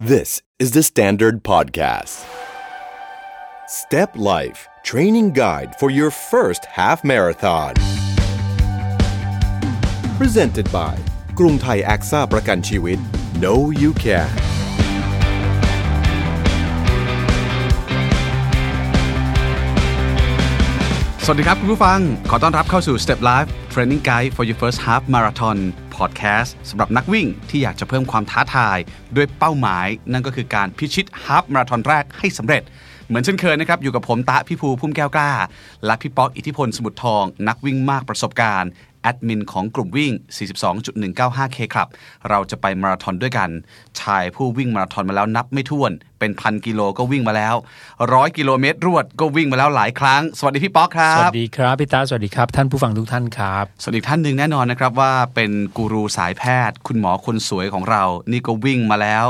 This is the Standard Podcast. Step Life Training Guide for your first half marathon. Presented by กรุงไทย a อ a ประกันชีวิต No You Can สวัสดีครับคุณผู้ฟัง ขอต้อนรับเข้าสู่ Step Life Training Guide for your first half marathon podcast สำหรับนักวิ่งที่อยากจะเพิ่มความท้าทาย ด้วยเป้าหมาย นั่นก็คือการพิชิตฮาฟมาราธอนแรกให้สำเร็จ เหมือนเช่นเคยนะครับ อยู่กับผมตะพี่ภูพุ่มแก้วกล้า และพี่ป๊อกอิทธิพลสมุทรทอง นักวิ่งมากประสบการณ์ แอดมินของกลุ่มวิ่ง 42.195K ครับ เราจะไปมาราธอนด้วยกัน ชายผู้วิ่งมาราธอนมาแล้วนับไม่ถ้วน เป็นพันกิโลก็วิ่งมาแล้วร้อยกิโลเมตรรวดก็วิ่งมาแล้วหลายครั้ง สวัสดีพี่ป๊อกครับ สวัสดีครับพี่ตาสวัสดีครับ ท่านผู้ฟังทุกท่านครับ ส่วนอีกท่านหนึ่งแน่นอนนะครับว่าเป็นกูรูสายแพทย์ คุณหมอคนสวยของเรา นี่ก็วิ่งมาแล้ว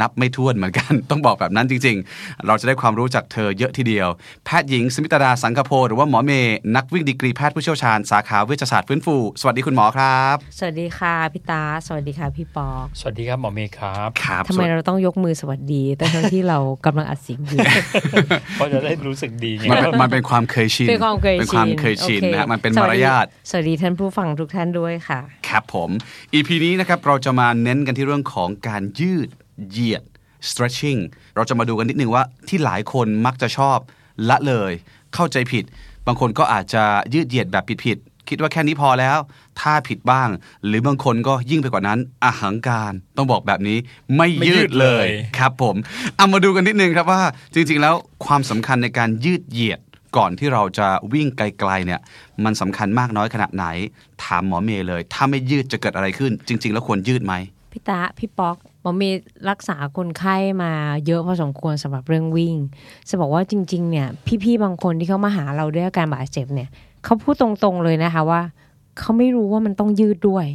นับไม่ถ้วนเหมือนกัน ต้องบอกแบบนั้นจริง ๆ เราจะได้ความรู้จากเธอเยอะทีเดียว แพทย์หญิงสมิตราสังคโพหรือว่าหมอเมย์นักวิ่งดีกรีแพทย์ผู้เชี่ยวชาญสาขาเวชศาสตร์ฟื้นฟู สวัสดีคุณหมอครับ สวัสดีค่ะพี่ตา สวัสดีค่ะพี่ปอก สวัสดีครับหมอเมย์ครับ ครับ ทำไมเราต้องยกมือสวัสดีทั้งๆที่เรากำลังอัดเสียง อยู่ เพราะจะได้รู้สึกดีไง มันเป็นมันเป็นความเคยชิน เป็นความเคยชิน เป็นความเคยชิน โอ นะฮะมันเป็น ส มา วัส ร ดี ยาท สวัสดีท่านผู้ฟังทุกท่านด้วยค่ะ ครับผม EP นี้นะครับเราจะมาเน้นกันที่เรื่องของการยืดเหยียด stretching เราจะมาดูกันนิดนึงว่าที่หลายคนมักจะชอบละเลย เข้าใจผิด บางคนก็อาจจะยืดเหยียดแบบผิดๆคิดว่าแค่นี้พอแล้ว ถ้าผิดบ้าง หรือบางคนก็ยิ่งไปกว่านั้นอาหังการต้องบอกแบบนี้ไม่ยืดเลยครับผมเอามาดูกันนิดนึงครับว่าจริงๆแล้วความสำคัญในการยืดเหยียด ก่อนที่เราจะวิ่งไกลๆเนี่ยมันสำคัญมากน้อยขนาดไหน ถามหมอเมย์เลย ถ้าไม่ยืดจะเกิดอะไรขึ้น จริง ๆ แล้วควรยืดไหม พี่ตาพี่ป๊อกหมอมีรักษาคนไข้มาเยอะพอสมควรสำหรับเรื่องวิ่ง จะบอกว่าจริง ๆ เนี่ยพี่ๆบางคนที่เขามาหาเราด้วยอาการบาดเจ็บเนี่ยเขาพูดตรงๆเลยนะคะว่าเขาไม่รู้ว่ามันต้องยืดด้วย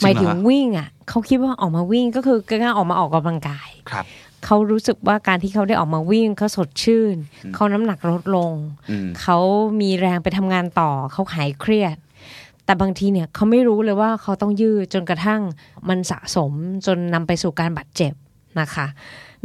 จริงเหรอ หมายถึงวิ่งอ่ะเขาคิดว่าออกมาวิ่งก็คือการออกมาออกกำลังกาย ครับ เขารู้สึกว่าการที่เขาได้ออกมาวิ่งเขาสดชื่น เขาน้ำหนักลดลง อืม เขามีแรงไปทำงานต่อ เขาหายเครียด แต่บางทีเนี่ยเขาไม่รู้เลยว่าเขาต้องยืดจนกระทั่งมันสะสมจนนำไปสู่การบาดเจ็บนะคะ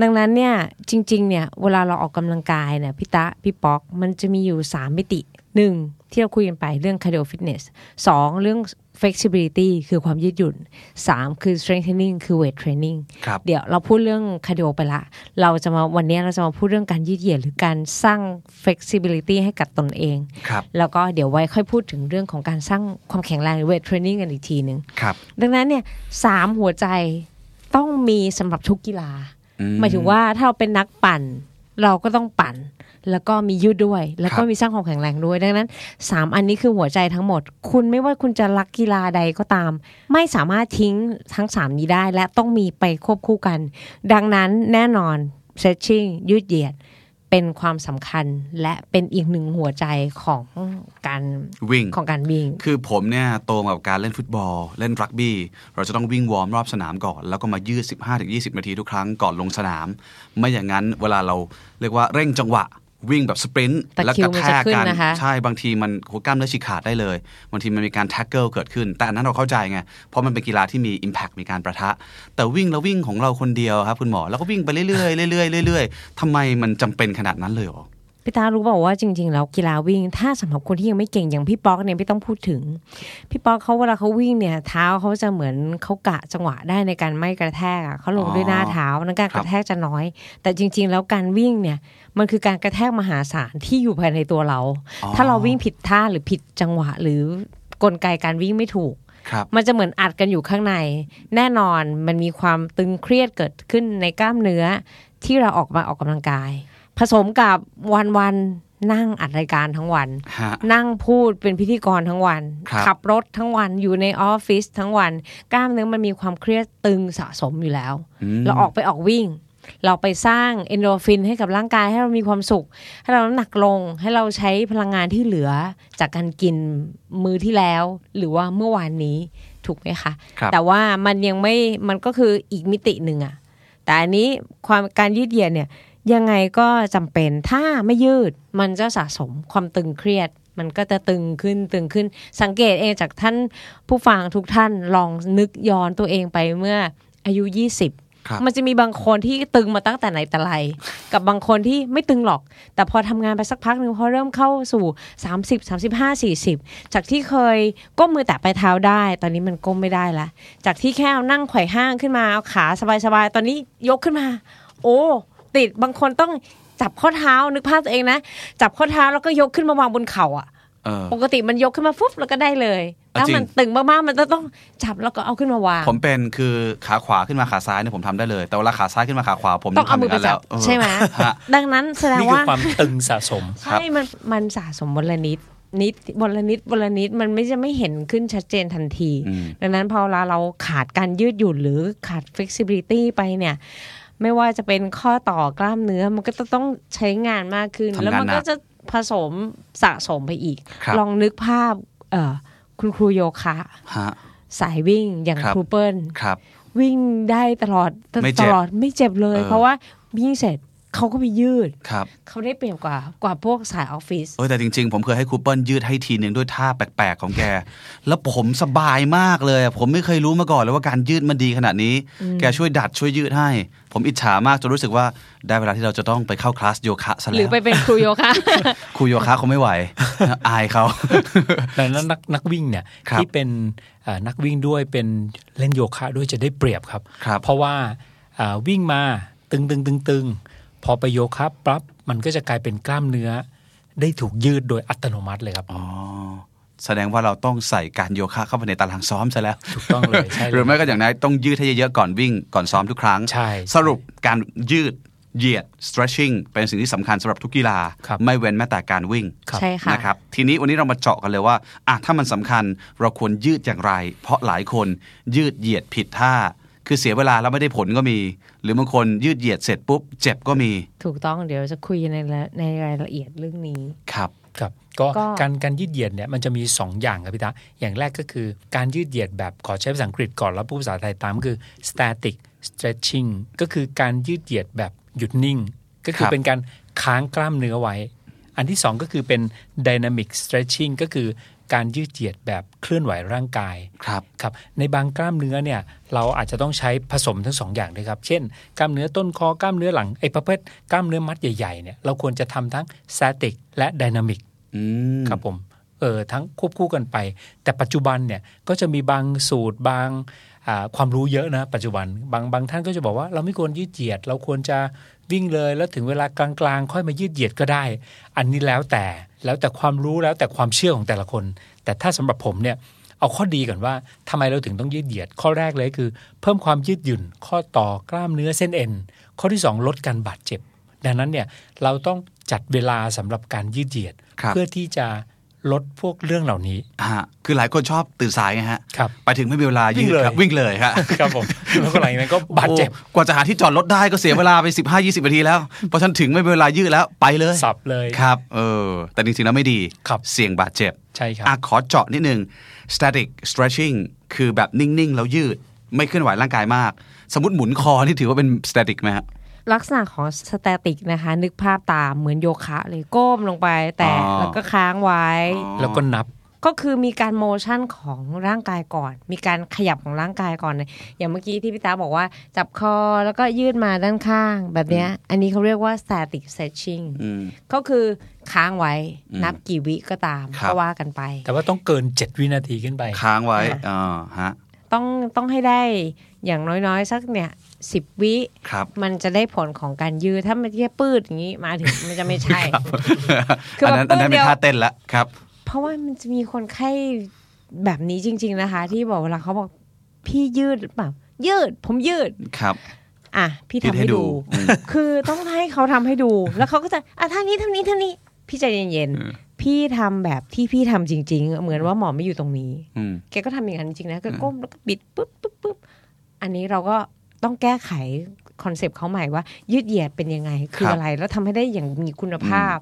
ดังนั้นเนี่ยจริงๆเนี่ยเวลาเราออกกำลังกายเนี่ยพี่ตะพี่ป๊อกมันจะมีอยู่ 3 มิติ 1. ที่เราคุยกันไปเรื่อง cardio fitness 2. เรื่อง flexibility คือความยืดหยุ่น 3. คือ strength training คือ weight training ครับ เดี๋ยวเราพูดเรื่องคาร์ดิโอไปละ เราจะมาวันนี้เราจะมาพูดเรื่องการยืดเหยียดหรือการสร้าง flexibility ให้กับตนเอง ครับ แล้วก็เดี๋ยวไว้ค่อยพูดถึงเรื่องของการสร้างความแข็งแรงหรือเวทเทรนนิ่งกันอีกทีหนึ่ง ครับ ดังนั้นเนี่ยสามหัวใจต้องมีสำหรับทุกกีฬา อื หมายถึงว่าถ้าเราเป็นนักปั่น เราก็ต้องปั่น แล้วก็มียืดด้วย แล้วก็ ครับ มีสร้างความแข็งแรงด้วย ดังนั้นสามอันนี้คือหัวใจทั้งหมด คุณไม่ว่าคุณจะรักกีฬาใดก็ตาม ไม่สามารถทิ้งทั้งสามนี้ได้ และต้องมีไปควบคู่กัน ดังนั้นแน่นอนเซตชิ่งยืดเหยียดเป็นความสำคัญและเป็นอีกหนึ่งหัวใจของการ วิ่ง ของการวิ่ง คือผมเนี่ยโตมากับการเล่นฟุตบอล เล่นรักบี้ เราจะต้องวิ่งวอร์มรอบสนามก่อน แล้วก็มายืด 15-20 นาทีทุกครั้งก่อนลงสนาม ไม่อย่างนั้นเวลาเราเรียกว่าเร่งจังหวะ วิ่งแบบสปรินต์ ตะ แล้ว คริ กระวมัน แท จะ ก ขึ้น กัน นะคะ ใช่บางทีมันหัวกล้ามเนื้อฉีกขาดได้เลยบางทีมันมีการแท็กเกิลเกิดขึ้น แต่อันนั้นเราเข้าใจไง เพราะมันเป็นกีฬาที่มี Impact มีการประทะ แต่วิ่งแล้ววิ่งของเราคนเดียวครับคุณหมอแล้วก็วิ่งไปเรื่อยๆเรื่อยๆเรื่อยๆทำไมมันจำเป็นขนาดนั้นเลยเหรอ พี่ตารู้บอกว่าจริงๆแล้วกีฬาวิ่ง ถ้าสำหรับคนที่ยังไม่เก่งอย่างพี่ป๊อกเนี่ยไม่ต้องพูดถึง พี่ป๊อกเขาเวลาเขาวิ่งเนี่ยเท้าเขาจะเหมือนเขากะจังหวะได้ในการไม่กระแทกอะเขาลงด้วยหน้าเท้านั้นการกระแทกจะน้อย แต่จริง ๆ แล้วการวิ่งเนี่ยมันคือการกระแทกมหาศาลที่อยู่ภายในตัวเรา อ๋อ ถ้าเราวิ่งผิดท่าหรือผิดจังหวะหรือกลไกการวิ่งไม่ถูก ครับ มันจะเหมือนอัดกันอยู่ข้างใน แน่นอนมันมีความตึงเครียดเกิดขึ้นในกล้ามเนื้อ ที่เราออกมาออกกำลังกาย ผสมกับวันวันๆนั่งอัดรายการทั้งวัน ฮะ นั่งพูดเป็นพิธีกรทั้งวัน ครับ ขับรถทั้งวันอยู่ในออฟฟิศทั้งวัน กล้ามเนื้อมันมีความเครียดตึงสะสมอยู่แล้ว ม เราออกไปออกวิ่ง เราไปสร้างเอนโดรฟินให้กับร่างกายให้เรามีความสุข ให้เราน้ำหนักลง ให้เราใช้พลังงานที่เหลือจากการกินมื้อที่แล้ว หรือว่าเมื่อวานนี้ถูกไหมคะ ครับ แต่ว่ามันยังไม่มันก็คืออีกมิติหนึ่งอะแต่อันนี้ความการยืดเหยียดเนี่ยยังไงก็จำเป็นถ้าไม่ยืดมันจะสะสมความตึงเครียด มันก็จะตึงขึ้นตึงขึ้นสังเกตเองจากท่านผู้ฟังทุกท่านลองนึกย้อนตัวเองไปเมื่ออายุ 20 ครับ มันจะมีบางคนที่ตึงมาตั้งแต่ไหนแต่ไร กับบางคนที่ไม่ตึงหรอก แต่พอทำงานไปสักพักหนึ่งพอเริ่มเข้าสู่ 30 35 40 จากที่เคยก้มมือแตะปลายเท้าได้ ตอนนี้มันก้มไม่ได้ละจากที่แค่เอานั่งไขว่ห้างขึ้นมาเอาขาสบายๆ ตอนนี้ยกขึ้นมา โอ้ติดบางคนต้องจับข้อเท้านึกภาพตัวเองนะ จับข้อเท้าแล้วก็ยกขึ้นมาวางบนเข่าอ่ะ เออ ปกติมันยกขึ้นมาฟุบแล้วก็ได้เลย อ่ะ ถ้า จริง มันตึงมากๆมันจะต้องจับแล้วก็เอาขึ้นมาวาง ผมเป็นคือขาขวาขึ้นมาขาซ้ายเนี่ยผมทำได้เลย แต่เวลาขาซ้ายขึ้นมาขาขวาผม ต้องเอามือไป ทำย่นั้น จัแล้วบเออ ใช่ไหม ฮะ ดังนั้นแสดง นี่คือ ว่า ความตึงสะสม ครั ใช่ บ มันมันสะสมบนละนิดนิดบนละนิดบนละนิดมันไม่จะไม่เห็นขึ้นชัดเจนทันที อืม ดังนั้นพอเวลาเราขาดการยืดหยุ่นหรือขาด flexibility ไปเนี่ย ไม่ว่าจะเป็นข้อต่อกล้ามเนื้อมันก็จะต้องใช้งานมากขึ้น ทำงาน แล้วมั หนัก ก็จะผสมสะสมไปอีก ครับ ลองนึกภาพเอ่อคุณครูโยคะ ฮะ สายวิ่งอย่าง ครับ ครูเปิล ครับ วิ่งได้ตลอดต ไม่เจ็ ต บ ลอดไม่เจ็บเลย เออ เพราะว่าวิ่งเสร็จเขาก็ไปยืด ครับ เขาได้เปรียบกว่ากว่าพวกสายออฟฟิศ เออแต่จริงๆ ผมเคยให้ครูเปิลยืดให้ทีหนึ่งด้วยท่าแปลกๆของแก แล้วผมสบายมากเลย ผมไม่เคยรู้มาก่อนเลยว่าการยืดมันดีขนาดนี้ แกช่วยดัดช่วยยืดให้ ผมอิจฉามากจนรู้สึกว่าได้เวลาที่เราจะต้องไปเข้าคลาสโยคะซะ หรื แล้ อ ว ไปเป็นครูโยคะ ครูโยคะคง ไม่ไหว อายเขา ดังนั้นนักนักวิ่งเนี่ย ครับ ที่เป็นเอ่อนักวิ่งด้วยเป็นเล่นโยคะด้วยจะได้เปรียบครับ ครับ เพราะว่าเอ่อวิ่งมาตึงตึงตึงตึงพอไปโยคะปั๊บมันก็จะกลายเป็นกล้ามเนื้อ ได้ถูกยืดโดยอัตโนมัติเลยครับ อ๋อแสดงว่าเราต้องใส่การโยคะเข้าไปในตารางซ้อมซะแล้ว ถูกต้อง เลยใช่เลย หรือไม่ก็อย่างนั้นต้องยืดให้เยอะๆก่อนวิ่งก่อนซ้อมทุกครั้ง ใช่ สรุปการยืดเหยียด stretching เป็นสิ่งที่สำคัญสำหรับทุกกีฬา ครับ ไม่เว้นแม้แต่การวิ่ง ใช่ค่ะ นะครับทีนี้วันนี้เรามาเจาะกันเลยว่าอ่ะถ้ามันสำคัญเราควรยืดอย่างไร เพราะหลายคนยืดเหยียดผิดท่า คือเสียเวลาแล้วไม่ได้ผลก็มี หรือบางคนยืดเหยียดเสร็จปุ๊บเจ็บก็มี ถูกต้องเดี๋ยวจะคุยในละในรายละเอียดเรื่องนี้ ครับ ครับก็ ก็ การการยืดเหยียดเนี่ยมันจะมี 2 อย่างครับพี่ตาอย่างแรกก็คือการยืดเหยียดแบบขอใช้ภาษาอังกฤษก่อนแล้วพูดภาษาไทยตามก็คือ static stretching ก็คือการยืดเหยียดแบบหยุดนิ่ง ก็คคือ รับ เป็นการค้างกล้ามเนื้อไว้ อันที่ 2 ก็คือเป็น dynamic stretching ก็คือการยืดเหยียดแบบเคลื่อนไหวร่างกาย ครับ ครับในบางกล้ามเนื้อเนี่ยเราอาจจะต้องใช้ผสมทั้งสองอย่างด้วยครับ เช่น กล้ามเนื้อต้นคอกล้ามเนื้อหลังไอ้ประเภทกล้ามเนื้อมัดใหญ่ๆเนี่ยเราควรจะทำทั้ง static และ dynamic อืม ครับผมเออทั้งควบคู่กันไป แต่ปัจจุบันเนี่ยก็จะมีบางสูตรบางอ่าความรู้เยอะนะปัจจุบันบางบางท่านก็จะบอกว่าเราไม่ควรยืดเหยียด เราควรจะวิ่งเลยแล้วถึงเวลากลางๆ ค่อยมายืดเหยียดก็ได้ อันนี้แล้วแต่แล้วแต่ความรู้แล้วแต่ความเชื่อของแต่ละคน แต่ถ้าสำหรับผมเนี่ยเอาข้อดีก่อนว่าทำไมเราถึงต้องยืดเหยียด ข้อแรกเลยคือ เพิ่มความยืดหยุ่น ข้อต่อกล้ามเนื้อเส้นเอ็นข้อที่สองลดการบาดเจ็บ ดังนั้นเนี่ยเราต้องจัดเวลาสำหรับการยืดเหยียด ครับ เพื่อที่จะลดพวกเรื่องเหล่านี้ ฮะคือหลายคนชอบตื่นสายไงฮะ ครับ ไปถึงไม่มีเวลายื วิ่ ด งเลย ครับวิ่งเลยฮะ ครับผมแล้วก็หลังจากนั้นก็บาดเจ็บ โอ้กว่าจะหาที่จอดรถได้ก็เสียเวลาไป 15 20นาทีแล้ว เพราะฉันถึงไม่มีเวลายืดแล้วไปเลย สับเลย ครับเออแต่จริงๆแล้วไม่ดี ครับ เสี่ยงบาดเจ็บ ใช่ครับ อ่ะขอเจาะนิดนึง static stretching คือแบบนิ่ง ๆ แล้วยืดไม่เคลื่อนไหวร่างกายมาก สมมติหมุนคอนี่ถือว่าเป็น static ไหมฮะ ลักษณะของสแตติกนะคะ นึกภาพตามเหมือนโยคะเลยก้มลงไปแต่ อ๋อ แล้วก็ค้างไว้ แล้วก็นับ ก็คือมีการโมชั่นของร่างกายก่อน มีการขยับของร่างกายก่อนเลยอย่างเมื่อกี้ที่พี่ตาบอกว่าจับคอแล้วก็ยืดมาด้านข้างแบบเนี้ย อันนี้เขาเรียกว่า static stretching อืม ก็คือค้างไว้ อืม นับกี่วิก็ตาม ครับ ก็ว่ากันไป แต่ว่าต้องเกิน 7 วินาทีขึ้นไป ค้างไว้อ่าฮะ ต้องต้องให้ได้อย่างน้อยๆ สักเนี่ยสิบวิ ครับ มันจะได้ผลของการยืดถ้ามันแค่ปืดอย่างนี้มาถึงมันจะไม่ใช่ คือ อัน แบบ นั้นอันนั้น เพิ่งเป็เดีย น ว ท่าเต้นละครับ เพราะว่ามันจะมีคนไข้แบบนี้จริง ๆนะคะ ที่บอกเวลาเขาบอกพี่ยืดแบบยืด ผมยืด ครับ อ่ะพี่ ยืด ทำ ให้ ให้ ดู ดู อืม คือต้องให้เขาทำให้ดู แล้วเขาก็จะอ่ะท่านี้ท่านี้ท่านี้ พี่ใจเย็น อืม ๆพี่ทำแบบที่พี่ทำจริง ๆ เหมือนว่าหมอไม่อยู่ตรงนี้ อืม แกก็ทำอย่างนั้นจริงๆนะก็ก้มแล้วก็บิดปุ๊บปุ๊บปุ๊บอันนี้เราก็ต้องแก้ไขคอนเซปต์เขาใหม่ว่า ยืดเหยียดเป็นยังไง คือ ครับ อะไร แล้วทำให้ได้อย่างมีคุณภาพ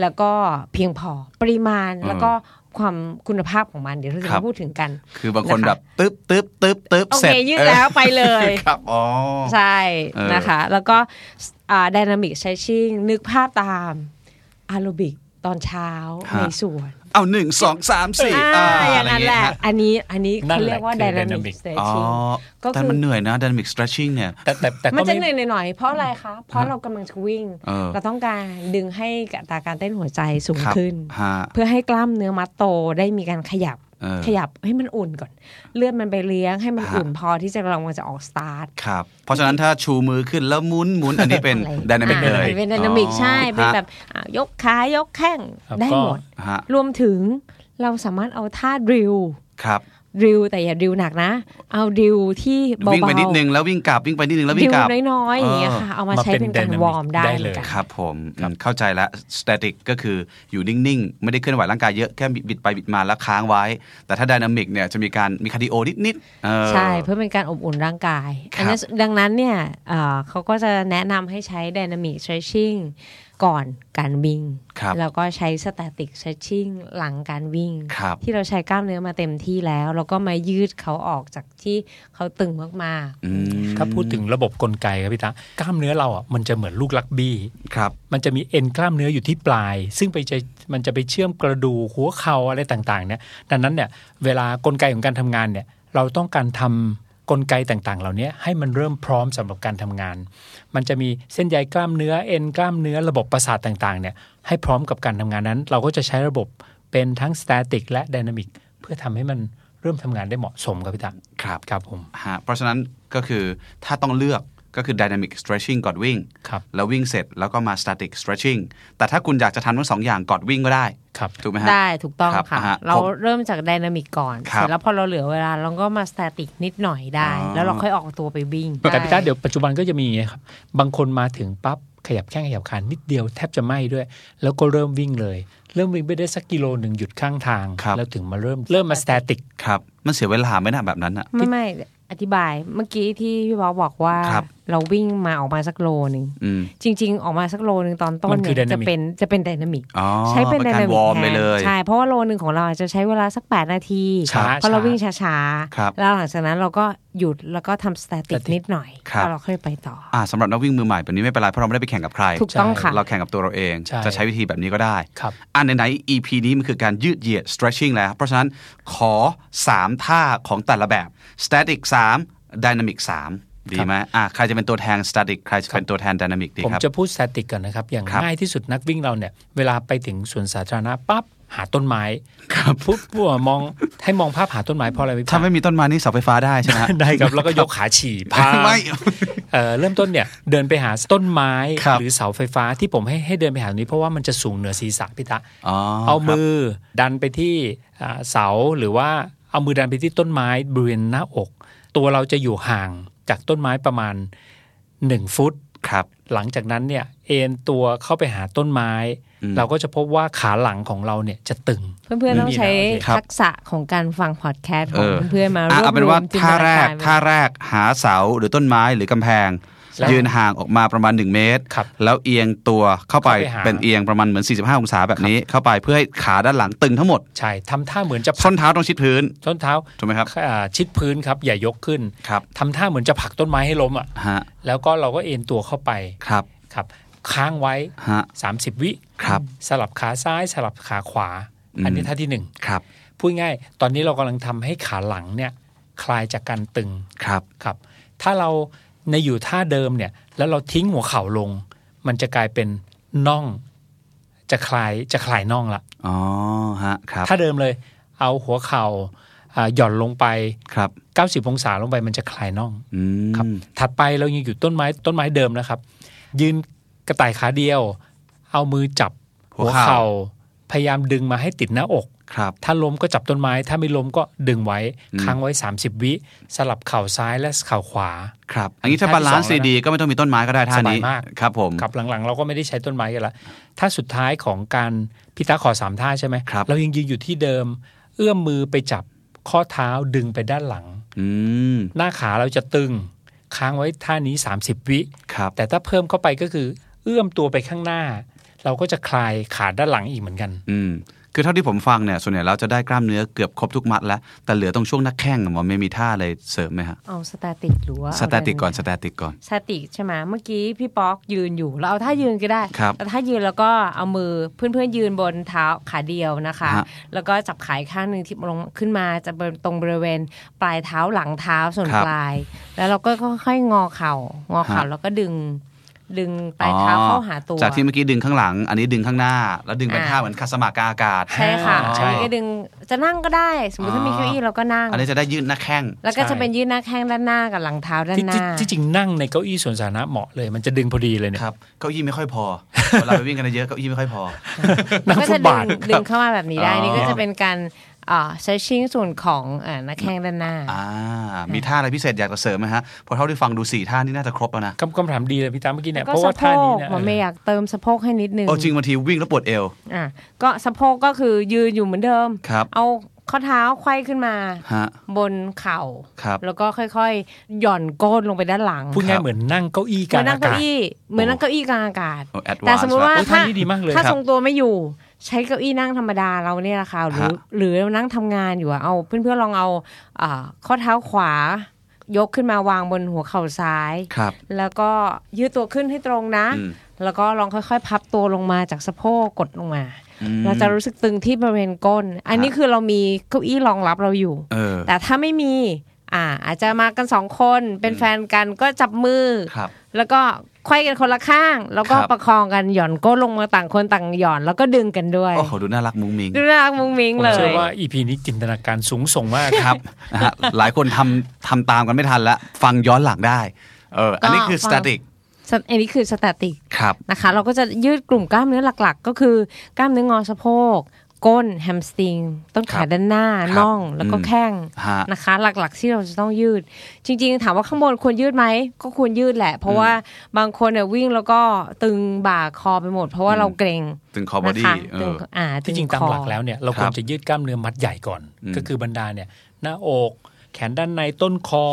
แล้วก็เพียงพอปริมาณ อืม แล้วก็ความคุณภาพของมันเดี๋ยวเราจะ ครับ มาพูดถึงกัน คือบางคน นะคะ แบบตึ๊บตึ๊บตึ๊บตึ๊บ โอ เส เค ร็จ ยืด เออ แล้วไปเลย ครับอ๋อ ใช่ เออ นะคะ แล้วก็ดินามิกใช้ชิ่งนึกภาพตามแอโรบิก ตอนเช้า ฮะ ในสวน เอาหนึ่งสองสามสี่ อ่าอ อะ ย่าง ไร นั้นแห เงี้ ละ ย อันนี้อันนี้ นั่ เขา นแหละ เรียกว่า คือ dynamic dynamic อ๋อ stretching ก็คือ แต่มันเหนื่อยนะ dynamic stretching เนี่ย แต่แต่แต่ มัน ก็ จะ ไม่ เหนื่อยหน่อยๆเพราะอะไรคะ เพราะเรากำลังจะวิ่ง เออ เราต้องการดึงให้อัตราการเต้นหัวใจสูง ครับ ขึ้น ฮะ เพื่อให้กล้ามเนื้อมัดโตได้มีการขยับ เออ ขยับให้มันอุ่นก่อน เลือดมันไปเลี้ยงให้มันอุ่นพอที่จะเรามันจะออกสตาร์ท ครับ เพราะฉะนั้นถ้าชูมือขึ้นแล้วหมุนหมุนอันนี้เป็น อะไร dynamic อ่า เลย เป็นไดนามิกใช่ เป็นแบบอ่ะยกขายกแข้ง ครับ ได้ ก็ หมด ฮะ รวมถึงเราสามารถเอาท่าดิว ครับ ดิวแต่อย่าดิวหนักนะ เอาดิวที่เบาๆ วิ่งไปนิดนึงแล้ววิ่งกลับวิ่งไปนิดนึงแล้ววิ่ ดิ ง ว กลับ น้อยๆอย่างเงี้ย เออ ค่ะเอามาใช้ มาเป็น เป็นการ dynamic วอร์มได้ ได้ เห เล มือย นกัน ครับผมอืมเข้าใจแล้ว static ก็คืออยู่นิ่ง ๆ ไม่ได้เคลื่อนไหวร่างกายเยอะ แค่บิดไปบิดมาแล้วค้างไว้ แต่ถ้า dynamic เนี่ยจะมีการมีคาร์ดิโอนิด ๆ เออ ใช่เพื่อเป็นการอบอุ่นร่างกาย ครับ อันนั้นดังนั้นเนี่ยเอ่อเขาก็จะแนะนำให้ใช้ Dynamic Stretching ก่อนการวิ่ง ครับ แล้วก็ใช้ Static Stretching หลังการวิ่ง ครับ ที่เราใช้กล้ามเนื้อมาเต็มที่แล้ว แล้วก็มายืดเขาออกจากที่เขาตึงมาก อืม ถ้าพูดถึงระบบกลไกครับพี่ตะกล้ามเนื้อเราอ่ะมันจะเหมือนลูกลักบี้ ครับ มันจะมีเอ็นกล้ามเนื้ออยู่ที่ปลาย ซึ่งไปจะมันจะไปเชื่อมกระดูกหัวเข่าอะไรต่างๆเนี่ยดังนั้นเนี่ยเวลากลไกของการทำงานเนี่ยเราต้องการทำกลไกต่างๆ เหล่านี้ให้มันเริ่มพร้อมสำหรับการทำงาน มันจะมีเส้นใยกล้ามเนื้อเอ็นกล้ามเนื้อระบบประสาทต่างๆเนี่ยให้พร้อมกับการทำงานนั้น เราก็จะใช้ระบบเป็นทั้งสแตติกและไดนามิกเพื่อทำให้มันเริ่มทำงานได้เหมาะสมครับพี่ตา ครับ ครับผม ฮะเพราะฉะนั้นก็คือถ้าต้องเลือกก็คือ dynamic stretching ก่อนวิ่ง ครับ แล้ววิ่งเสร็จแล้วก็มา static stretching แต่ถ้าคุณอยากจะทำทั้งสองอย่างก่อนวิ่งก็ได้ ครับ ถูกไหมฮะ ๆ ได้ถูกต้อง ครับ ค่ะ อ่าฮะ เรา ผม เริ่มจาก Dynamic ก่อน ครับ เสร็จแล้วพอเราเหลือเวลาเราก็มา Static นิดหน่อยได้ อ๋อ แล้วเราค่อยออกตัวไปวิ่ง แต่พี่ต้า ได้ เดี๋ยวปัจจุบันก็จะมีอย่างเงี้ยครับบางคนมาถึงปั๊บขยับแข้งขยับขานิดเดียวแทบจะไหม้ด้วย แล้วก็เริ่มวิ่งเลย เริ่มวิ่งไปได้สักกิโลหนึ่งหยุดข้างทาง ครับ แล้วถึงมาเริ่มเริ่มมาสแตติก ครับ มันเสียเวลาไหมนะแบบนั้นอ่ะ ไม่ไม่อธิบายเมื่อกี้ที่พี่บอสบอกว่า ครับ เราวิ่งมาออกมาสักโลหนึ่ง อืม จริง ๆ ออกมาสักโลหนึ่งตอนต้น มันคือ เนี่ยจะ dynamic เป็นจะเป็นไดนามิก อ๋อ ใช้เป็นได การ นาว มิ อก ร์ม แท ไป น เลย ใช่เพราะว่าโลหนึ่งของเราอาจจะใช้เวลาสัก 8 นาที ช้า เพราะเราวิ่งช้า ครับ ๆ แล้วหลังจากนั้นเราก็หยุดแล้วก็ทำสแตติก static นิดหน่อย ครับ แล้วเราค่อยไปต่ออ อ่าสำหรับนักวิ่งมือใหม่แบบนี้ไม่เป็นไรเพราะเราไม่ได้ไปแข่งกับใคร ถูกต้องค่ะ เราแข่งกับตัวเราเอง ใช่ จะใช้วิธีแบบนี้ก็ได้ ครับ อันไหนๆ EP นี้มันคือการยืดเหยียด stretching แล้ว เพราะฉะนั้นขอ 3 ท่าของแต่ละแบบ static 3 dynamic 3 ดีไหมอ่ะใครจะเป็นตัวแทน static ใครจะเป็นตัวแทน dynamic ดี ผม ครับ จะพูดสแตติกก่อนนะครับ อย่าง ครับ ง่ายที่สุดนักวิ่งเราเนี่ย เวลาไปถึงสวนสาธารณะปั๊บหาต้นไม้ครับปุ๊บปุ๊บมองให้มองภาพหาต้นไม้เพราะอะไรพี่ ถ้า ตา ไม่มีต้นไม้นี่เสาไฟฟ้าได้ใช่ไหมฮะ ได้ครับ แล้วก็ยกขาฉี่พา ไม่ เอ่อเริ่มต้นเนี่ยเดินไปหาต้นไม้ ครับ หรือเสาไฟฟ้าที่ผมให้ให้เดินไปหาตรงนี้เพราะว่ามันจะสูงเหนือศีรษะพี่ตะ อ๋อ เอามือดันไปที่อ่าเสาหรือว่าเอามือดันไปที่ต้นไม้บริเวณหน้าอก ตัวเราจะอยู่ห่างจากต้นไม้ประมาณ 1 ฟุต ครับ หลังจากนั้นเนี่ยเอนตัวเข้าไปหาต้นไม้ เราก็จะพบว่าขาหลังของเราเนี่ยจะตึง เพื่อนๆต้องใช้ ครับ ทักษะของการฟังพอดแคสต์ของเพื่อนๆมา อ่ะ รว เอา บ เป็น รว ว่าม จินต ท่า นา แร กาก ร ท่าแรกหาเสาหรือต้นไม้หรือกำแพง แล้ว ยืนห่างออกมาประมาณ 1 เมตร ครับ แล้วเอียงตัวเข้าไป เข้าไปหา เป็นเอียงประมาณเหมือน 45 องศาแบบนี้ เข้าไปเพื่อให้ขาด้านหลังตึงทั้งหมด ใช่ทำท่าเหมือนจะผลั ส้ ก นเท้าต้องชิดพื้น ส้นเท้า ถูกไหมครับ อ่าชิดพื้นครับอย่ายกขึ้น ครับ ทำท่าเหมือนจะผลักต้นไม้ให้ล้มอ่ะ ฮะ แล้วก็เราก็เอนตัวเข้าไป ครับ ครับ ค้างไว้ ฮะ 30 วิ ครับ สลับขาซ้ายสลับขาขวา อืม อันนี้ท่าที่หนึ่ง ครับ พูดง่าย ตอนนี้เรากำลังทำให้ขาหลังเนี่ยคลายจากการตึง ครับ ครับ ถ้าเราในอยู่ท่าเดิมเนี่ย แล้วเราทิ้งหัวเข่าลง มันจะกลายเป็นน่อง จะคลายจะคลายน่องละ อ๋อฮะครับ ถ้าเดิมเลย เอาหัวเข่าอ่าหย่อนลงไป ครับ 90 องศาลงไปมันจะคลายน่อง อืม ครับถัดไปเรายังอยู่ต้นไม้ต้นไม้เดิมนะครับ ยืนกระต่ายขาเดียว เอามือจับ หัวเข่า พยายามดึงมาให้ติดหน้าอก ครับ ถ้าล้มก็จับต้นไม้ ถ้าไม่ล้มก็ดึงไว้ อืม ค้างไว้ 30 วิสลับเข่าซ้ายและเข่าขวา ครับ อันนี้ถ้า ท่าที่ บาลาน สองแล้ ซ์ วนะ ดีๆก็ไม่ต้องมีต้นไม้ก็ได้ท่านี้ สบายมาก ครับผม ครับหลังๆ เราก็ไม่ได้ใช้ต้นไม้กันละถ้าสุดท้ายของการพิตาขอสามท่าใช่ไหม ครับ เรายังยืนอยู่ที่เดิม เอื้อมมือไปจับข้อเท้าดึงไปด้านหลัง อืม หน้าขาเราจะตึง ค้างไว้ท่านี้ 30 วิ ครับ แต่ถ้าเพิ่มเข้าไปก็คือ เอื้อมตัวไปข้างหน้า เราก็จะคลายขาด้านหลังอีกเหมือนกัน อืม คือเท่าที่ผมฟังเนี่ยส่วนใหญ่แล้วจะได้กล้ามเนื้อเกือบครบทุกมัดแล้ว แต่เหลือตรงช่วงหน้าแข้งอะหมอไม่มีท่าอะไรเสริมไหมฮะ เอาสแตติกหรือว่า สแตติกก่อนสแตติกก่อน สแตติกใช่ไหมเมื่อกี้พี่ป๊อกยืนอยู่เราเอาท่ายืนก็ได้ ครับ เอาท่ายืนแล้วก็เอามือเพื่อนๆยืนบนเท้าขาเดียวนะคะ ฮะ แล้วก็จับขายข้างหนึ่งที่ลงขึ้นมาจะเป็นตรงบริเวณปลายเท้าหลังเท้าส่วน ครับ ปลาย แล้วเราก็ค่อยๆงอเข่างอเข่า ฮะ แล้วก็ดึงดึงปลายเท้าเข้าหาตัว จากที่เมื่อกี้ดึงข้างหลัง อันนี้ดึงข้างหน้า แล้วดึงเป็น อ่า ท่าเหมือนคัสมากาอากาศ ใช่ค่ะ อ่า อันนี้ก็ดึงจะนั่งก็ได้ สมมติถ้ามี อ๋อ เก้าอี้เราก็นั่ง อันนี้จะได้ยืดหน้าแข้ง แล้วก็ ใช่ จะเป็นยืดหน้าแข้งด้านหน้ากับหลังเท้าด้าน ที่ หน้า ที่ที่จริงนั่งในเก้าอี้ส่วนสาธารณะเหมาะเลย มันจะดึงพอดีเลยเนี่ย ครับเก้าอี้ไม่ค่อยพอ เวลาไปวิ่งกันเยอะเก้าอี้ไม่ค่ อยพอ นั่ง ก็ ฟุตจะดึ บาท ง ค ดึ รับ งเข้ามาแบบนี้ได้ อ๋อ นี่ก็จะเป็นการเอ่อ stretching ส่วนของเอ่อหนักแข้งด้านหน้า อ่า มีท่าอะไรพิเศษอยากจะเสริมไหมฮะเพอเท่าที่ฟังดูสี่ท่านี่น่าจะครบแล้วนะ คำคำถามดีเลยพี่ตามเมื่อกี้เนี่ย ก็ เพราะ สะ ว่า โพ ท่านี้ ก นะ หมอเมย์อยากเติมสะโพกให้นิดนึง โอ้จริงบางทีวิ่งแล้วปวดเอว อ่ะก็สะโพกก็คือยืนอยู่เหมือนเดิม ครับ เอาข้อเท้าไขว้ขึ้นมา ฮะ บนเข่า ครับ แล้วก็ค่อยๆ หย่อนก้นลงไปด้านหลัง พูด ครั ง่าย บ เหมือนนั่งเก้าอี้ เห กลามืองนนั่ อางาเก้ากศ อี้เหมือนนั่งเก้าอี้กลางอากาศ โอ้แอดวานซ์ แต่สมมติว่า โอ้ท่า ถ้า นี้ดีมากเลย ถ้า ครับ ทรงตัวไม่อยู่ ใช้เก้าอี้นั่งธรรมดาเราเนี่ยแหละค่ะหรือ ฮะ หรือนั่งทำงานอยู่อะเอาเพื่อนๆลองเอาเอ่อข้อเท้าขวา ยกขึ้นมาวางบนหัวเข่าซ้าย ครับ แล้วก็ยืดตัวขึ้นให้ตรงนะ อืม แล้วก็ลองค่อยๆ พับตัวลงมาจากสะโพกกดลงมา อืม เราจะรู้สึกตึงที่บริเวณก้น อันนี้ ฮะ คือเรามีเก้าอี้รองรับเราอยู่ เออ แต่ถ้าไม่มีอ่าอาจจะมากันสองคนเป็นแฟนกันก็จับมือ ครับ แล้วก็ไขว้กันคนละข้าง แล้วก็ ครับ ประคองกันหย่อนก้นลงมาต่างคนต่างหย่อน แล้วก็ดึงกันด้วย โอ้โหดูน่ารักมุ้งมิง ดูน่ารักมุ้งมิ้ง ผม เลย เชื่อว่าอีพีนี้จินตนาการสูงส่งมาก ครับนะฮะหลายคนทำทำตามกันไม่ทันละฟังย้อนหลังได้เอออันนี้คือ ก็ ส ฟัง แตติก อันนี้คือสแตติก ครับ นะคะ เราก็จะยืดกลุ่มกล้ามเนื้อหลักๆ ก็คือกล้ามเนื้องอสะโพก ก้นแฮมสตริง ต้น ค ขา รับ ด้านหน้า ครับ น่องแล้วก็ อืม แข้ง ฮะ นะคะหลักๆที่เราจะต้องยืด จริง ๆ ถามว่าข้างบนควรยืดไหมก็ควรยืดแหละ เพราะว่าบางคนเนี่ยวิ่งแล้วก็ตึงบ่าคอไปหมด เพราะว่า อืม เราเกรง ถึงคอบอ นะ ดี้ คะ เอ ตึง อ อ่า ที่จริงตาม คอ หลักแล้วเนี่ยเรา ค ค รั ว บ รจะยืดกล้ามเนื้อมัดใหญ่ก่อน อืม ก็คือบรรดาเนี่ยหน้าอกแขนด้านในต้นคอ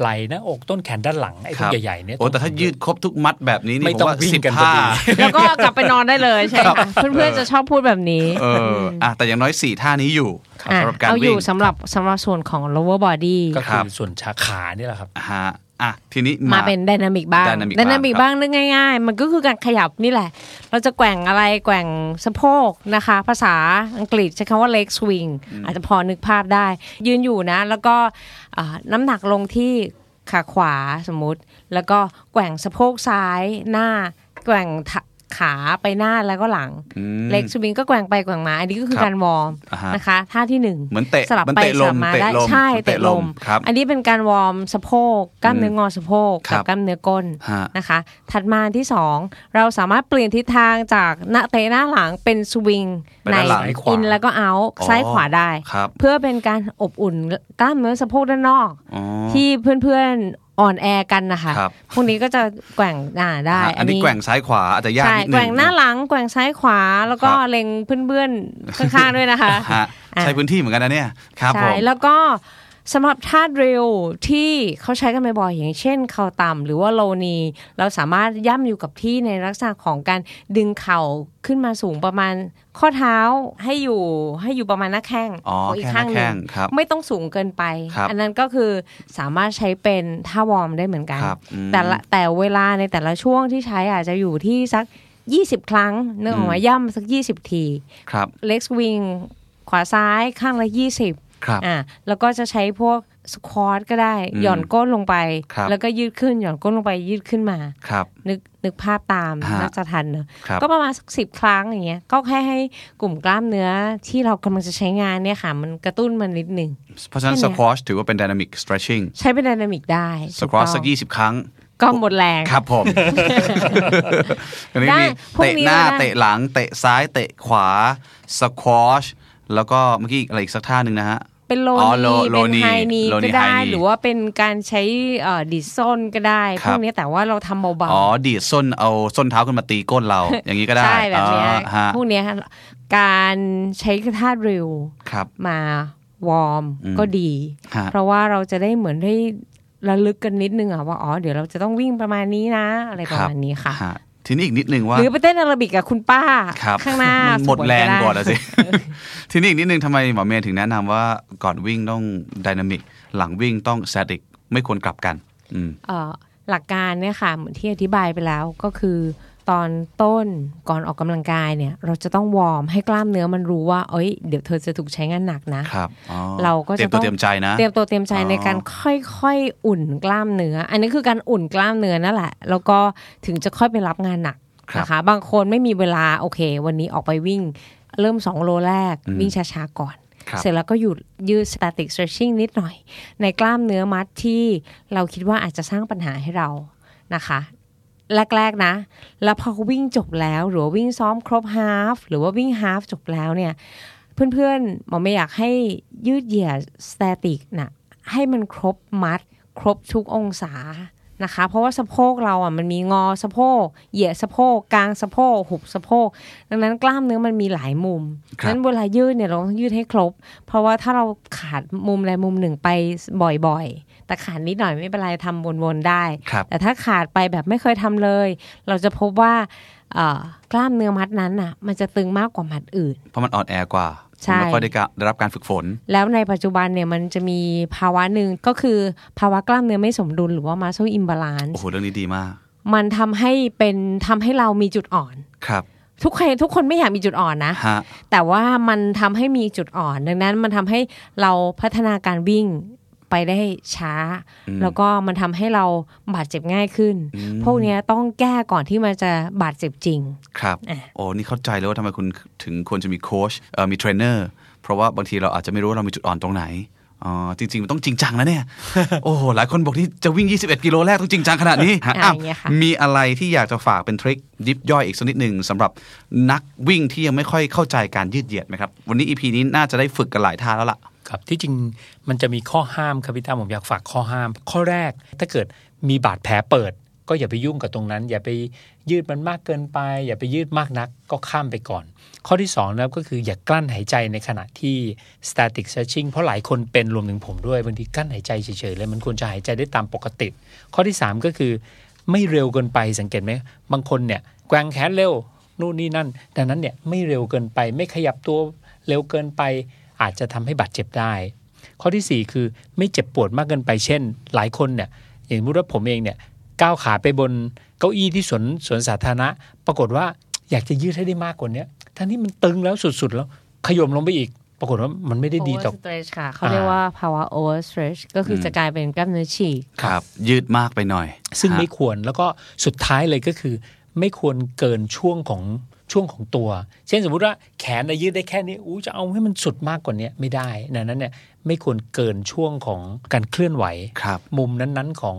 ไหล่หน้าอกต้นแขนด้านหลังไอ้พวกใหญ่ๆเนี่ย โอ้แต่ถ้ายืดครบทุกมัดแบบนี้นี่ ไม่ ผ ต้อ ม ง ว่า วิ่ สิบ งกันพอ ท่า ดี แล้วก็กลับไปนอนได้เลยใช่ไหมคะเพื่อนๆจะชอบพูดแบบนี้ เอ ออ่ะแต่อย่างน้อยสี่ท่านี้อยู่ อ่ะ สำหรับการ เอาอ วิ่ ยู่ ง สำหรับสำหรับส่วนของ lower body ก็ ครั คื บ อส่วนขาขาเนี่ยแหละครับ ฮะอ่ะทีนี้มา มาเป็นดินามิกบ้าง dynamic บ้าง ดินามิคกรับ บ้างนึกง่าย ๆ มันก็คือการขยับนี่แหละ เราจะแกว่งอะไรแกว่งสะโพกนะคะ ภาษาอังกฤษใช้คำว่า leg swing อาจจะพอนึกภาพได้ ยืนอยู่นะ แล้วก็อ่าน้ำหนักลงที่ขาขวาสมมุติ แล้วก็แกว่งสะโพกซ้ายหน้า แกว่งทะขาไปหน้าแล้วก็หลัง อืม leg swing ก็แกว่งไปแกว่งมา อันนี้ก็คือการวอร์ม อ่าฮะ นะคะท่าที่หนึ่ง เหมือนเตะ สลับ มัน ไป เตะลสลับ ม มา เตะ ได้ ลม ใช่ เตะ เตะ ล ล ม ม ครับ อันนี้เป็นการวอร์มสะโพกกล้ามเนื้องอสะโพก ครั กับ บกล้ามเนื้อก้น ฮะ นะคะ ถัดมาอันที่สองเราสามารถเปลี่ยนทิศทางจากหน้าเตะหน้าหลังเป็นสวิง ไป ใน ด้านหลัง ซ้ายขวา อินแล้วก็เอาท์ อ๋อ ซ้ายขวาได้ ครับ เพื่อเป็นการอบอุ่นกล้ามเนื้อสะโพกด้านนอก อ๋อ ที่เพื่อนๆอ่อนแอกันนะคะ ครับ พวกนี้ก็จะแกว่งอ่าได้ ฮะอันนี้แกว่งซ้ายขวาอาจจะยาก ใช่ นิดนึง แกว่งหน้าหลังแกว่งซ้ายขวาแล้วก็ ครับ เล็งเพื่อนๆข้างๆด้วยนะคะ ฮะใช้พื้นที่เหมือนกันนะเนี่ยครับผ ใช่ ม แล้วก็สำหรับท่าเร็วที่เขาใช้กันบ่อยๆอย่างเช่น เข่าต่ำหรือว่าโลนี เราสามารถย่ำอยู่กับที่ในลักษณะของการดึงเข่าขึ้นมาสูงประมาณข้อเท้าให้อยู่ให้อยู่ประมาณหน้าแข้ง อ๋อ ขงอีก แค่ห ข้า น้าง ห แข้ นึ่ ง ง ครับ ไม่ต้องสูงเกินไป ครับ อันนั้นก็คือสามารถใช้เป็นท่าวอร์มได้เหมือนกัน ครับอืม แต่ละแต่เวลาในแต่ละช่วงที่ใช้อาจจะอยู่ที่สัก 20 ครั้งเนื้อออกมา อืม ย่ำสัก 20 ที ครับ เล็กสวิงขวาซ้ายข้างละ 20 ครับ อ่าแล้วก็จะใช้พวกสควอตก็ได้ อืม หย่อนก้นลงไป ครับ แล้วก็ยืดขึ้นหย่อนก้นลงไปยืดขึ้นมา ครับ นึกนึกภาพตาม ฮะ น่าจะทันเนอะ ครับ ก็ประมาณสักสิบครั้งอย่างเงี้ยก็แค่ให้กลุ่มกล้ามเนื้อที่เรากำลังจะใช้งานเนี่ยค่ะ มันกระตุ้นมันนิดหนึ่ง เพราะฉะนั้น แค่ ส เนี้ย ควอชถือว่าเป็นดินามิกสเตรชชิ่ง ใช้เป็นไดินามิกได้ สควอช ถู สัก ต้อง 20 ครั้ง ก็หมดแรง ครับผม อันนี้ ได้ มี พรุ่ง เตะ นี้ หน้า แล้วนะ เตะหลัง เตะซ้าย เตะขวาสควอชแล้วก็เมื่อกี้อะไรอีกสักท่าหนึ่งนะฮะ เป็นโล อ๋อ นี โลโล เป็น นี ไฮนี โลนี ก็ได้ ไฮนี หรือว่าเป็นการใช้เอ่อดิซอนก็ได้ ค พ รับ วกเนี้ยแต่ว่าเราทำเบา อ๋อ ดีดส้นเอาส้นเท้าขึ้นมาตีก้น เรา อย่างนี้ก็ ๆ ได้ ใช่แบบเนี้ย อ่าฮะ พวกเนี้ยการใช้ท่าเร็ว ครับ มาวอร์ม อืม ก็ดี ฮะ เพราะว่าเราจะได้เหมือนได้ระลึกกันนิดนึงอะว่าอ๋อเดี๋ยวเราจะต้องวิ่งประมาณนี้นะ อะไร ค ป รับ ระมาณนี้ค่ะ ฮะ ทีนี้อีกนิดนึงว่า หรือไปเต้นแอโรบิกกับคุณป้า ครับ ข้างหน้า มัหมดแรงก่อน สว อะ ย สิ ทีนี้อีกนิดนึงทำไมหมอเมย์ถึงแนะนำว่าก่อนวิ่งต้องดินามิก หลังวิ่งต้องสแตติกไม่ควรกลับกัน อืม เอ่อหลักการเนี่ยค่ะเหมือนที่อธิบายไปแล้วก็คือ ตอนต้นก่อนออกกำลังกายเนี่ย เราจะต้องวอร์มให้กล้ามเนื้อมันรู้ว่า เอ้ยเดี๋ยวเธอจะถูกใช้งานหนักนะ ครับอ๋อ เราก็จะ เตรียมตัว ต้อง เตรียมใจนะ เตรียมตัวเตรียมใจ อ๋อ ในการค่อยๆอุ่นกล้ามเนื้อ อันนี้คือการอุ่นกล้ามเนื้อนั่นแหละ แล้วก็ถึงจะค่อยไปรับงานหนัก ครับ นะคะ บางคนไม่มีเวลาโอเค วันนี้ออกไปวิ่ง เริ่ม 2 โลแรก อืม วิ่งช้าๆก่อน ครับ เสร็จแล้วก็หยุดยืด static stretching นิดหน่อย ในกล้ามเนื้อมัดที่เราคิดว่าอาจจะสร้างปัญหาให้เรานะคะ แรก ๆ นะ แล้วพอวิ่งจบแล้ว หรือว่าวิ่งซ้อมครบ half หรือว่าวิ่ง half จบแล้วเนี่ย เพื่อนๆหมอไม่อยากให้ยืดเหยียด static นะให้มันครบมัด ครบทุกองศานะคะ เพราะว่าสะโพกเราอ่ะมันมีงอสะโพกเหยียดสะโพกกลางสะโพกหุบสะโพก ดังนั้นกล้ามเนื้อมันมีหลายมุม ครับ นั้นเวลายืดเนี่ยเราต้องยืดให้ครบ เพราะว่าถ้าเราขาดมุมใดมุมหนึ่งไปบ่อยๆ แต่ขาดนิดหน่อยไม่เป็นไรทำวนๆได้ ครับ แต่ถ้าขาดไปแบบไม่เคยทำเลย เราจะพบว่าเอ่อกล้ามเนื้อมัดนั้นน่ะ มันจะตึงมากกว่ามัดอื่น เพราะมันอ่อนแอกว่า ใช่ มันไม่ค่อยได้กะได้รับการฝึกฝน แล้วในปัจจุบันเนี่ยมันจะมีภาวะหนึ่งก็คือภาวะกล้ามเนื้อไม่สมดุลหรือว่า muscle โอ้ imbalance โห เรื่องนี้ดีมาก มันทำให้เป็นทำให้เรามีจุดอ่อน ครับ ทุกใครทุกคนไม่อยากมีจุดอ่อนนะ ฮะ แต่ว่ามันทำให้มีจุดอ่อน ดังนั้นมันทำให้เราพัฒนาการวิ่งไปได้ช้า อืม แล้วก็มันทำให้เราบาดเจ็บง่ายขึ้น อืม พวกเนี้ยต้องแก้ก่อนที่มันจะบาดเจ็บจริง ครับ อ่ะ โอ้ นี่เข้าใจเลยว่าทำไมคุณถึงควรจะมีโค้ชเอ่อมีเทรนเนอร์ เพราะว่าบางทีเราอาจจะไม่รู้ว่าเรามีจุดอ่อนตรงไหน อ๋อ จริง ๆ มันต้องจริงจังนะเนี่ย โอ้โห หลายคนบอกที่จะวิ่ง 21 กิโลแรกต้องจริงจังขนาดนี้ฮะ อะไรอย่างเงี้ยค่ะ มีอะไรที่อยากจะฝากเป็นทริคยิบย่อยอีกสักนิดหนึ่งสำหรับนักวิ่งที่ยังไม่ค่อยเข้าใจการยืดเหยียดไหมครับ วันนี้ EP นี้น่าจะได้ฝึกกันหลายท่าแล้วล่ะ ครับที่จริงมันจะมีข้อห้ามครับพี่ตั้มผมอยากฝากข้อห้าม ข้อแรกถ้าเกิดมีบาดแผลเปิด ก็อย่าไปยุ่งกับตรงนั้น อย่าไปยืดมันมากเกินไป อย่าไปยืดมากนักก็ข้ามไปก่อน ข้อที่2นะครับก็คืออย่ากลั้นหายใจในขณะที่ static stretching เพราะหลายคนเป็นรวมถึงผมด้วยบางทีกลั้นหายใจเฉยๆเลยมันควรจะหายใจได้ตามปกติ ข้อที่ 3 ก็คือ ไม่เร็วเกินไปสังเกตไหมบางคนเนี่ยแกว่งแขนเร็วนู่นนี่นั่น ดังนั้นเนี่ยไม่เร็วเกินไป ไม่ขยับตัวเร็วเกินไป อาจจะทำให้บาดเจ็บได้ ข้อทีสี่ 4 คือไม่เจ็บปวดมากเกินไปเช่น หลายคนเนี่ยอย่างพูดว่าผมเองเนี่ยก้าวขาไปบนเก้าอี้ที่สวนสวนสาธารณะ ปรากฏว่าอยากจะยืดให้ได้มากกว่าเนี้ยทั้งที่มันตึงแล้วสุดๆ แล้วขย่มลงไปอีก ปรากฏว่ามันไม่ได้ดีต่อ over stretch ค่ะ เขาเรียกว่าภาวะ over stretch ก็คืออ ม จะกลายเป็นกล้ามเนื้อฉีก ครับ ยืดมากไปหน่อย ซึ่ง ฮะ ไม่ควรแล้วก็สุดท้ายเลยก็คือ ไม่ควรเกินช่วงของช่วงของตัว เช่นสมมุติว่าแขนน่ะยืดได้แค่นี้อู้จะเอาให้มันสุดมากกว่านี้ไม่ได้ดังนั้นเนี่ยไม่ควรเกินช่วงของการเคลื่อนไหว ครับ มุมนั้นๆของ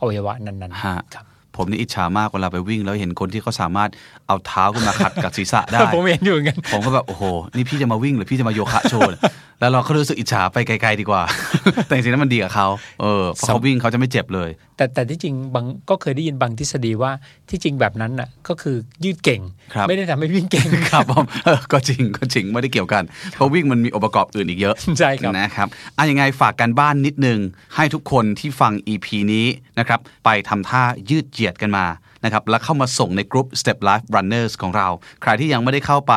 อวัยวะนั้น ฮะ ๆครับ ผมนี่อิจฉามากเวลาไปวิ่ง แล้วเห็นคนที่เขาสามารถเอาเท้าขึ้นมาขัดกับศีรษะได้ ผมเห็นอยู่เหมือนกัน ผมก็แบบ โอ้โห นี่พี่จะมาวิ่งหรือพี่จะมาโยคะโชว์เนี่ยแล้วเราก็รู้สึกอิจฉาไปไกลๆดีกว่า แต่จริงๆแล้วมันดีกับเขาเออเพราะเขาวิ่งเขาจะไม่เจ็บเลย แต่แต่ที่จริงบางก็เคยได้ยินบางทฤษฎีว่าที่จริงแบบนั้นน่ะก็คือยืดเก่ง ครับ ไม่ได้ทำให้วิ่งเก่ง ครับผม เออก็จริงก็จริงไม่ได้เกี่ยวกัน เพราะวิ่งมันมีองค์ประกอบอื่นอีกเยอะ ใช่ครับ นะครับอ่ะยังไงฝากกันบ้านนิดนึง ให้ทุกคนที่ฟัง EP นี้นะครับไปทำท่ายืดเหยียดกันมานะครับแล้วเข้ามาส่งในกลุ่ม Step Life Runners ของเรา ใครที่ยังไม่ได้เข้าไป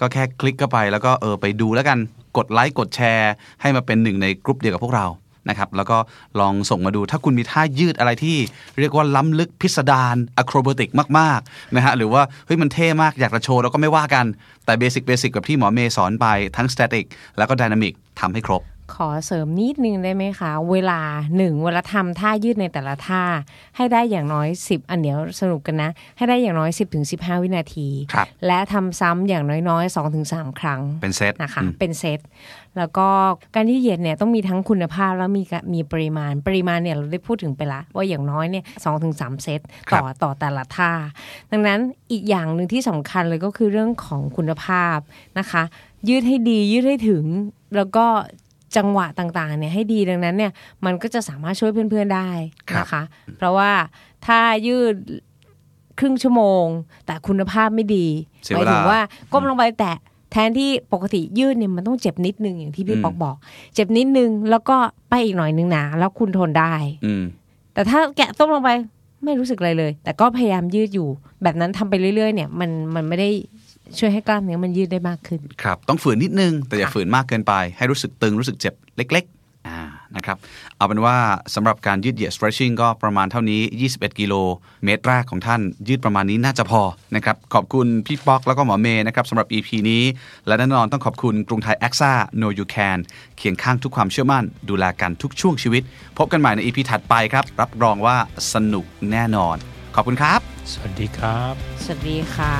ก็แค่คลิกเข้าไป แล้วก็เออไปดูแล้วกันกดไลค์กดแชร์ ให้มาเป็นหนึ่งในกลุ่มเดียวกับพวกเรานะครับแล้วก็ลองส่งมาดูถ้าคุณมีท่ายืดอะไรที่เรียกว่าล้ำลึกพิสดารอะโครบติกมากๆนะฮะหรือว่าเฮ้ยมันเท่มากอยากจะโชว์เราก็ไม่ว่ากันแต่เบสิกเบสิกแบบที่หมอเมย์สอนไปทั้งสแตติกแล้วก็ดินามิกทำให้ครบ ขอเสริมนิดนึงได้ไหมคะ เวลาหนึ่งเวลาทำท่ายืดในแต่ละท่า ให้ได้อย่างน้อย 10 อันเดี๋ยวสรุปกันนะ ให้ได้อย่างน้อย 10-15 วินาที ครับ และทำซ้ำอย่างน้อยๆ 2-3 ครั้ง เป็นเซต นะคะเป็นเซตแล้วก็การที่เหยียดเนี่ยต้องมีทั้งคุณภาพแล้วมีกะมีปริมาณปริมาณเนี่ยเราได้พูดถึงไปละ ว่าอย่างน้อยเนี่ยสองถึงสามเซต ครับ ต่อต่อแต่ละท่า ดังนั้นอีกอย่างหนึ่งที่สำคัญเลยก็คือเรื่องของคุณภาพนะคะ ยืดให้ดียืดให้ถึง แล้วก็จังหวะต่างๆเนี่ยให้ดีดังนั้นเนี่ยมันก็จะสามารถช่วยเพื่อนๆได้ ครับ นะคะ เพราะว่าถ้ายืดครึ่งชั่วโมง แต่คุณภาพไม่ดี เสี ห ย มา เวย ลา ถึงว่า ก้มลงไปแตะแทนที่ปกติยืดเนี่ยมันต้องเจ็บนิดนึงอย่างที่พี่ อืม ปอกบอก เจ็บนิดนึงแล้วก็ไปอีกหน่อยนึงหนาแล้วคุณทนได้ อืม แต่ถ้าแกะต้มลงไปไม่รู้สึกอะไรเลย แต่ก็พยายามยืดอยู่ แบบนั้นทำไปเรื่อยๆเนี่ยมันมันไม่ได้ช่วยให้กล้ามเนื้อมันยืดได้มากขึ้น ครับ ต้องฝืนนิดนึง แต่อย่า ค่ะ ฝืนมากเกินไป ให้รู้สึกตึงรู้สึกเจ็บเล็กๆอ่านะครับ เอาเป็นว่าสำหรับการยืดเหยียด stretching ก็ประมาณเท่านี้ 21 กิโลเมตรแรกของท่าน ยืดประมาณนี้น่าจะพอนะครับ ขอบคุณพี่ป๊อกแล้วก็หมอเมย์นะครับสำหรับ EP นี้ และแน่นอนต้องขอบคุณกรุงไทยแอคซ่า No You Can เคียงข้างทุกความเชื่อมั่น ดูแลกันทุกช่วงชีวิต พบกันใหม่ใน EP ถัดไปครับ รับรองว่าสนุกแน่นอน ขอบคุณครับ สวัสดีครับ สวัสดีค่ะ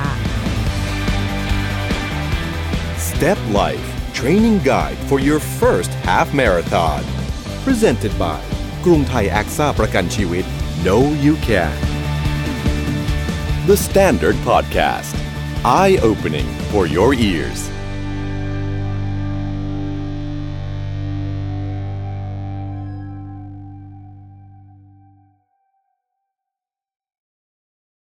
Step Life Training Guide for your first half marathon. Presented by กรุงไทย AXA ประกันชีวิต No You Can The Standard Podcast Eye Opening for Your Ears